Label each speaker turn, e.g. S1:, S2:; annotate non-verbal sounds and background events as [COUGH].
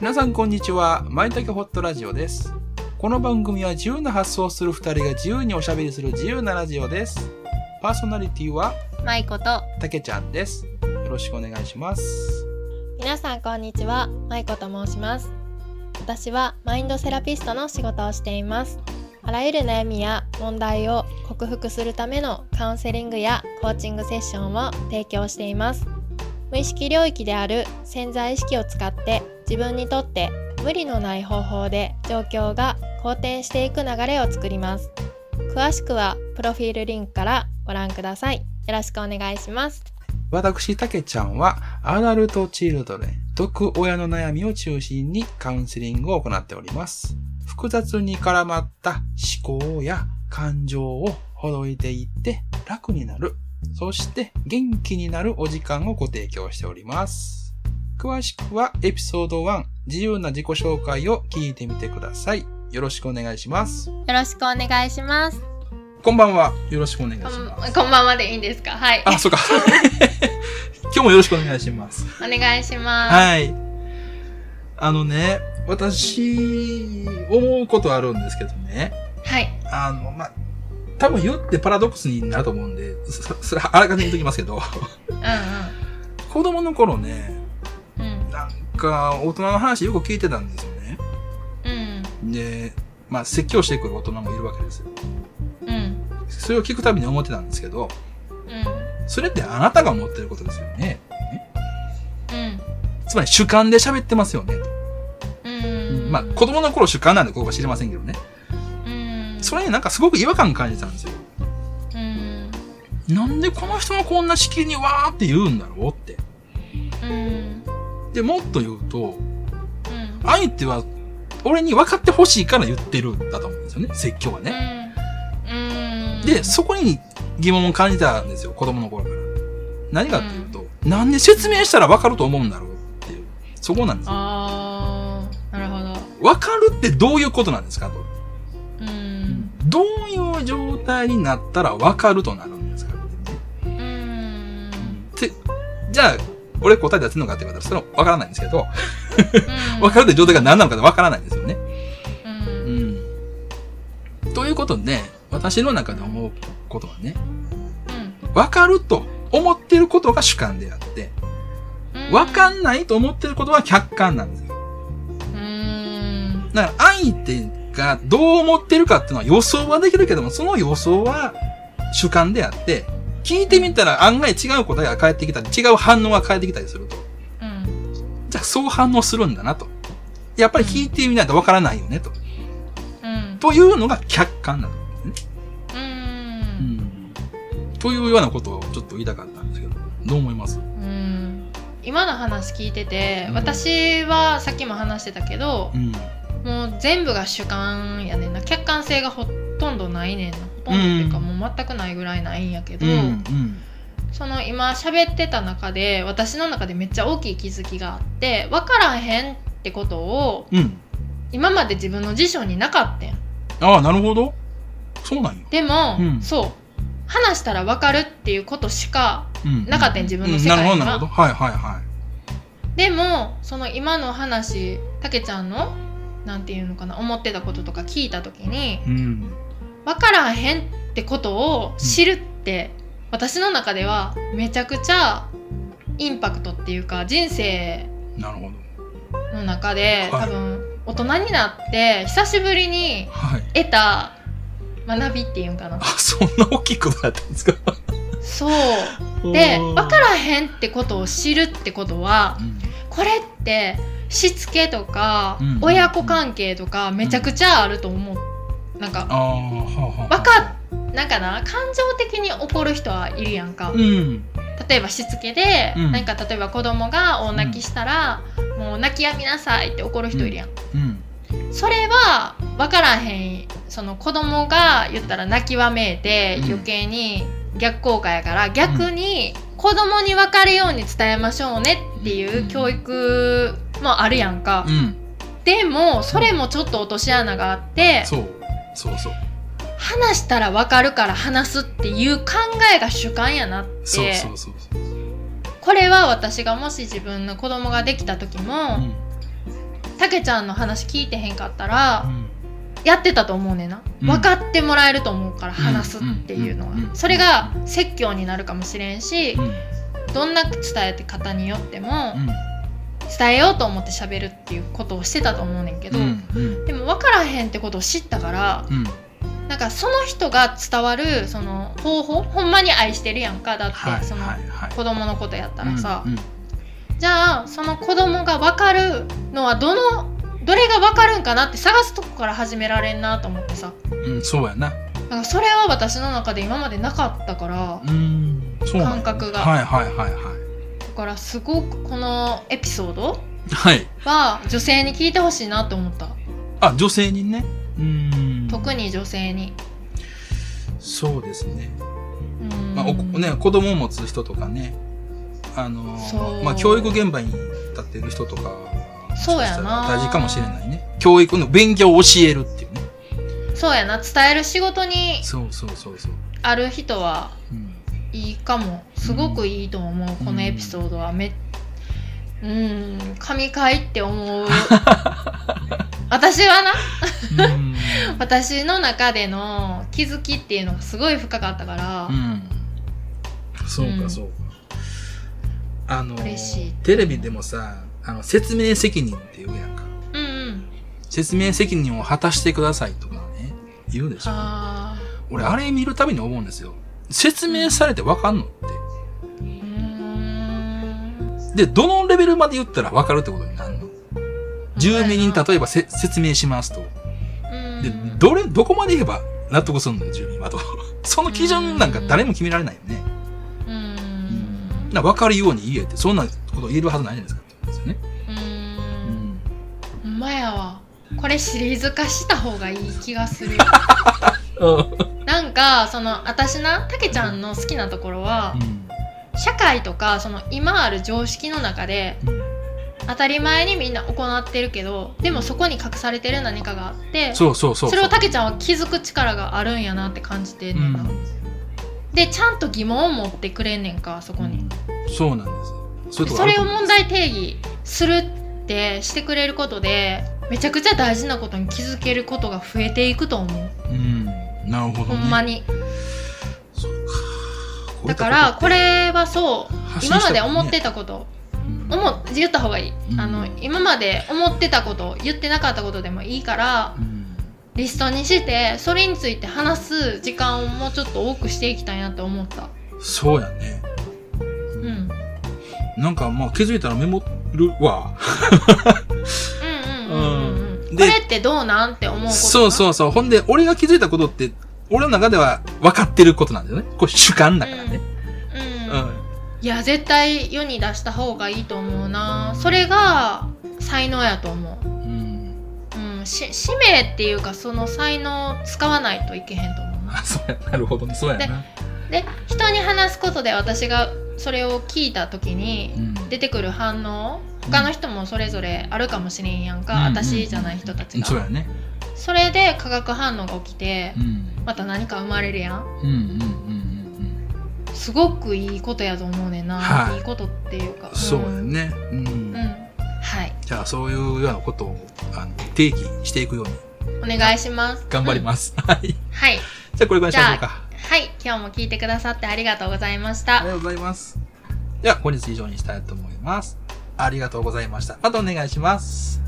S1: 皆さんこんにちは。まいたけホットラジオです。この番組は自由な発想をする二人が自由におしゃべりする自由なラジオです。パーソナリティは
S2: まいこと
S1: たけちゃんです。よろしくお願いします。
S2: 皆さんこんにちはまいこと申します私はマインドセラピストの仕事をしていますあらゆる悩みや問題を克服するためのカウンセリングやコーチングセッションを提供しています無意識領域である潜在意識を使って自分にとって無理のない方法で状況が好転していく流れを作ります詳しくはプロフィールリンクからご覧くださいよろしくお願いします
S1: 私、たけちゃんはアダルトチルドレン、毒親の悩みを中心にカウンセリングを行っております。複雑に絡まった思考や感情をほどいていって楽になる。そして元気になるお時間をご提供しております。詳しくはエピソード1、自由な自己紹介を聞いてみてください。よろしくお願いします。
S2: よろしくお願いします
S1: こんばんは。よろしくお願いし
S2: こ
S1: ます
S2: ん。こんばんはでいいんですかはい。
S1: あ、そうか。 [LAUGHS] 今日もよろしくお願いします。
S2: お願いします。
S1: はい。あのね、私、思うことあるんですけどね。
S2: はい。
S1: あの、まあ、多分言ってパラドックスになると思うんで、そそれあらかじめ言っときますけど、 [LAUGHS] 子供の頃ね、
S2: うんうん。
S1: なんか大人の話よく聞いてたんですよね。
S2: うん。
S1: で、まあ、説教してくる大人もいるわけですよ。
S2: うん。うん。
S1: それを聞くたびに思ってたんですけど、
S2: うん。
S1: それってあなたが思ってることですよね。
S2: うん。
S1: つまり主観で喋ってますよね。
S2: うん。
S1: まあ、子供の頃主観なんでここは知りませんけどね。
S2: うん。
S1: それになんかすごく違和感感じたんですよ。
S2: うん。
S1: なんでこの人がこんなしきりにわーって言うんだろうって。
S2: うん。
S1: で、もっと言うと、
S2: うん。
S1: 相手は俺に分かってほしいから言ってるんだと思うんですよね、説教は
S2: う
S1: ね。
S2: ん。うん。
S1: で、そこに疑問を感じたんですよ、子供の頃から。何かっていうと、なんで説明したら分かると思うんだろうっていう。そこなんですよ。
S2: ああ、なるほど。
S1: 分かるってどういうことなんですかと。
S2: うん。
S1: どういう状態になったら分かるとなるんですかってね
S2: うん。
S1: って、じゃあ、俺答え出せるのかって言われたら、それは分からないんですけど、分か
S2: る。
S1: るって状態が何なのかって分からないんですよね。
S2: う。
S1: うんん。ということで、私の中で思うことはね、分かると思ってることが主観であって、
S2: うん。
S1: 分か
S2: ん。
S1: んないと思ってることは客観なんですよ。
S2: うん。
S1: だから相手がどう思ってるかっていうのは予想はできるけども、その予想は主観であって、聞いてみたら案外違う答えが返ってきたり、違う反応が返ってきたりすると。
S2: うん。
S1: じゃあそう反応するんだなと。やっぱり聞いてみないと分からないよねと。
S2: うん。
S1: というのが客観なの。
S2: う。
S1: うんん。というようなことをちょっと言いたかったんですけど、どう思います
S2: うん今の話聞いてて、
S1: うん
S2: 私はさっきも話してたけど
S1: う、ん。
S2: もう全部が主観やねんな客観性がほとんどないねんなほとんどっていうか、
S1: うん
S2: もう全くないぐらいないんやけ
S1: う
S2: ど、
S1: ん。うん。
S2: その今喋ってた中で私の中でめっちゃ大きい気づきがあって分からへんってことを
S1: うん。
S2: 今まで自分の辞書になかったん
S1: ああ、なるほど。そうなんよ。
S2: でも、
S1: うん
S2: そう話したら分かるっていうことしか
S1: うん。
S2: なかったん自分の世界
S1: うん
S2: に
S1: な
S2: は
S1: るほど、なるほど。はいはいは
S2: でもその今の話たけちゃんのなんていうのかな思ってたこととか聞いた時に
S1: い。うん。
S2: 分からへんってことを知るって、私の中ではめちゃくちゃインパクトっていうか人生
S1: なるほど。
S2: の中で、
S1: はい
S2: 多分大人になって久しぶりに
S1: はい。
S2: 得た学びっていう
S1: [LAUGHS]
S2: んかな
S1: あ、そんな大きいことだったんですか
S2: そうで
S1: おー
S2: 分からへんってことを知るってことは
S1: うん。
S2: これってしつけとか、
S1: うん
S2: 親子関係とかめちゃくちゃあると思う、なんか
S1: ああ、はあはあ。
S2: わかなんかな感情的に怒る人はいるやんか、
S1: うん。
S2: 例えばしつけで、
S1: うん
S2: なんか例えば子供が大泣きしたら、もう泣きやみなさいって怒る人いるやん、
S1: うん。
S2: それは分からへんその子供が言ったら泣きわめいて
S1: うん
S2: 余計に逆効果やから逆に子供に分かるように伝えましょうねっていう教育もあるやんか、
S1: うん。
S2: でもそれもちょっと落とし穴があって
S1: そう。そうそう。
S2: 話したら分かるから話すっていう考えが主観やなって
S1: そうそうそうそう。
S2: これは私がもし自分の子供ができた時も、
S1: うん。
S2: たけちゃんの話聞いてへんかったら、
S1: うん
S2: やってたと思うねんな、
S1: うん
S2: 分かってもらえると思うから話すっていうのは、
S1: うんうん
S2: それが説教になるかもしれんし、
S1: うん
S2: どんな伝え方によっても
S1: うん
S2: 伝えようと思って喋るっていうことをしてたと思うねんけど、
S1: うんうん
S2: でも分からへんってことを知ったから
S1: うん
S2: なんかその人が伝わるその方法ほんまに愛してるやんかだって、
S1: はい
S2: その
S1: はいはい
S2: 子供のことやったらさ、
S1: うんうん
S2: じゃあその子供が分かるのはどのどれが分かるんかなって探すとこから始められんなと思ってさ
S1: うん、そうやな。
S2: なんかそれは私の中で今までなかったから
S1: うん、そうなんや
S2: 感覚が
S1: はいはいはいは
S2: だからすごくこのエピソード
S1: い。はい。
S2: は女性に聞いてほしいなと思った
S1: あ、女性にね。うん。
S2: 特。に女性に、
S1: そうですね。
S2: うん
S1: まあ、おね、子供を持つ人とかね。あのー
S2: そう
S1: まあ、教育現場に立っている人とか。
S2: そうやな
S1: 大事かもしれないね。教育の勉強を教えるっていうね。
S2: そうやな伝える仕事に
S1: そうそうそうそう。
S2: ある人は
S1: うん。
S2: いいかもすごくいいと思うこのエピソードはめうん神回っ
S1: [LAUGHS]
S2: て思う私はな
S1: うん。
S2: 私の中での気づきっていうのがすごい深かったから、
S1: うんそう
S2: う
S1: か
S2: ん
S1: そうか。あのー
S2: 嬉しい
S1: テレビでもさ、あの、説明責任っていうやんか。
S2: うん、うん
S1: 説明責任を果たしてくださいとかね、言うでしょ。
S2: あ
S1: 俺、あれ見るたびに思うんですよ。説明されてわかんのっ
S2: ーうーん
S1: て。で、どのレベルまで言ったらわかるってことになるの住民に例えばせ説明しますと。
S2: うん
S1: で、どれ、どこまで言えば納得するのよ、住民はと。 [LAUGHS] その基準なんか誰も決められないよね。
S2: う
S1: うんんなわかるように言えって、そんなこと言えるはずないじゃないですかってことですよね。
S2: う
S1: うんん
S2: ほんまやわこれシリーズ化した方がいい気が
S1: [LAUGHS]
S2: するよなんかその私なたけちゃんの好きなところは、社会とかその今ある常識の中で
S1: うん
S2: 当たり前にみんな行ってるけどでもそこに隠されてる何かがあって
S1: そうそうそう。
S2: それをたけちゃんは気づく力があるんやなって感じてん
S1: う
S2: ねんな、
S1: ん
S2: でちゃんと疑問を持ってくれんねんかそこに、
S1: そうなんですよ。そういうとこ
S2: そ
S1: ある
S2: れ
S1: と
S2: を
S1: 思う
S2: 問題定義するってしてくれることでめちゃくちゃ大事なことに気づけることが増えていくと思う、
S1: うん、なるほど、
S2: ほ
S1: ね。
S2: んまに
S1: そうか。
S2: だからこれはそう
S1: 発信
S2: 今
S1: し
S2: ま
S1: た
S2: で
S1: らね
S2: 思ってたこと
S1: うん、
S2: 思っ言った方がいい、
S1: うん
S2: あの今まで思ってたこと言ってなかったことでもいいから
S1: うん
S2: リストにしてそれについて話す時間をもうちょっと多くしていきたいなと思った
S1: そうやね。
S2: うん、うん
S1: なんかまあ気づいたらメモるわ。
S2: うんうんうんうん
S1: うん
S2: こ
S1: で
S2: れってどうなんって思うこと
S1: そう
S2: う
S1: そうそう。ほんで、俺が気づいたことって、俺の中では分かってることなんだよね。これ主観だからね。
S2: うん、
S1: うん。
S2: いや絶対世に出した方がいいと思うなそれが才能やと思
S1: う
S2: う、
S1: ん。
S2: うん、し使命っていうかその才能を使わないといけへんと思うな
S1: あ、そうや、なるほどね。そうやな。
S2: で人に話すことで私がそれを聞いた時に
S1: うん
S2: 出てくる反応他の人もそれぞれあるかもしれんやんか、
S1: うん
S2: 私じゃない人たちが、
S1: そうやね。
S2: それで化学反応が起きて
S1: うん。
S2: また何か生まれるやん
S1: うんうんうんうん
S2: すごくいいことやと思うねんな、
S1: はい
S2: い、いことっていうか
S1: うん。そうや
S2: ん
S1: ね。うん。
S2: うんはい
S1: じゃあ、そういうようなことをあの定義していくように
S2: お願いします
S1: 頑張り
S2: す、
S1: ます。 [LAUGHS] はい。じ
S2: うんはい
S1: ゃあ、これぐらいにしましょうか。
S2: はい、今日も聞いてくださってありがとうございまし
S1: あり
S2: た。
S1: がとうございます。では、本日以上にしたいと思います。ありがとうございました。またお願いします。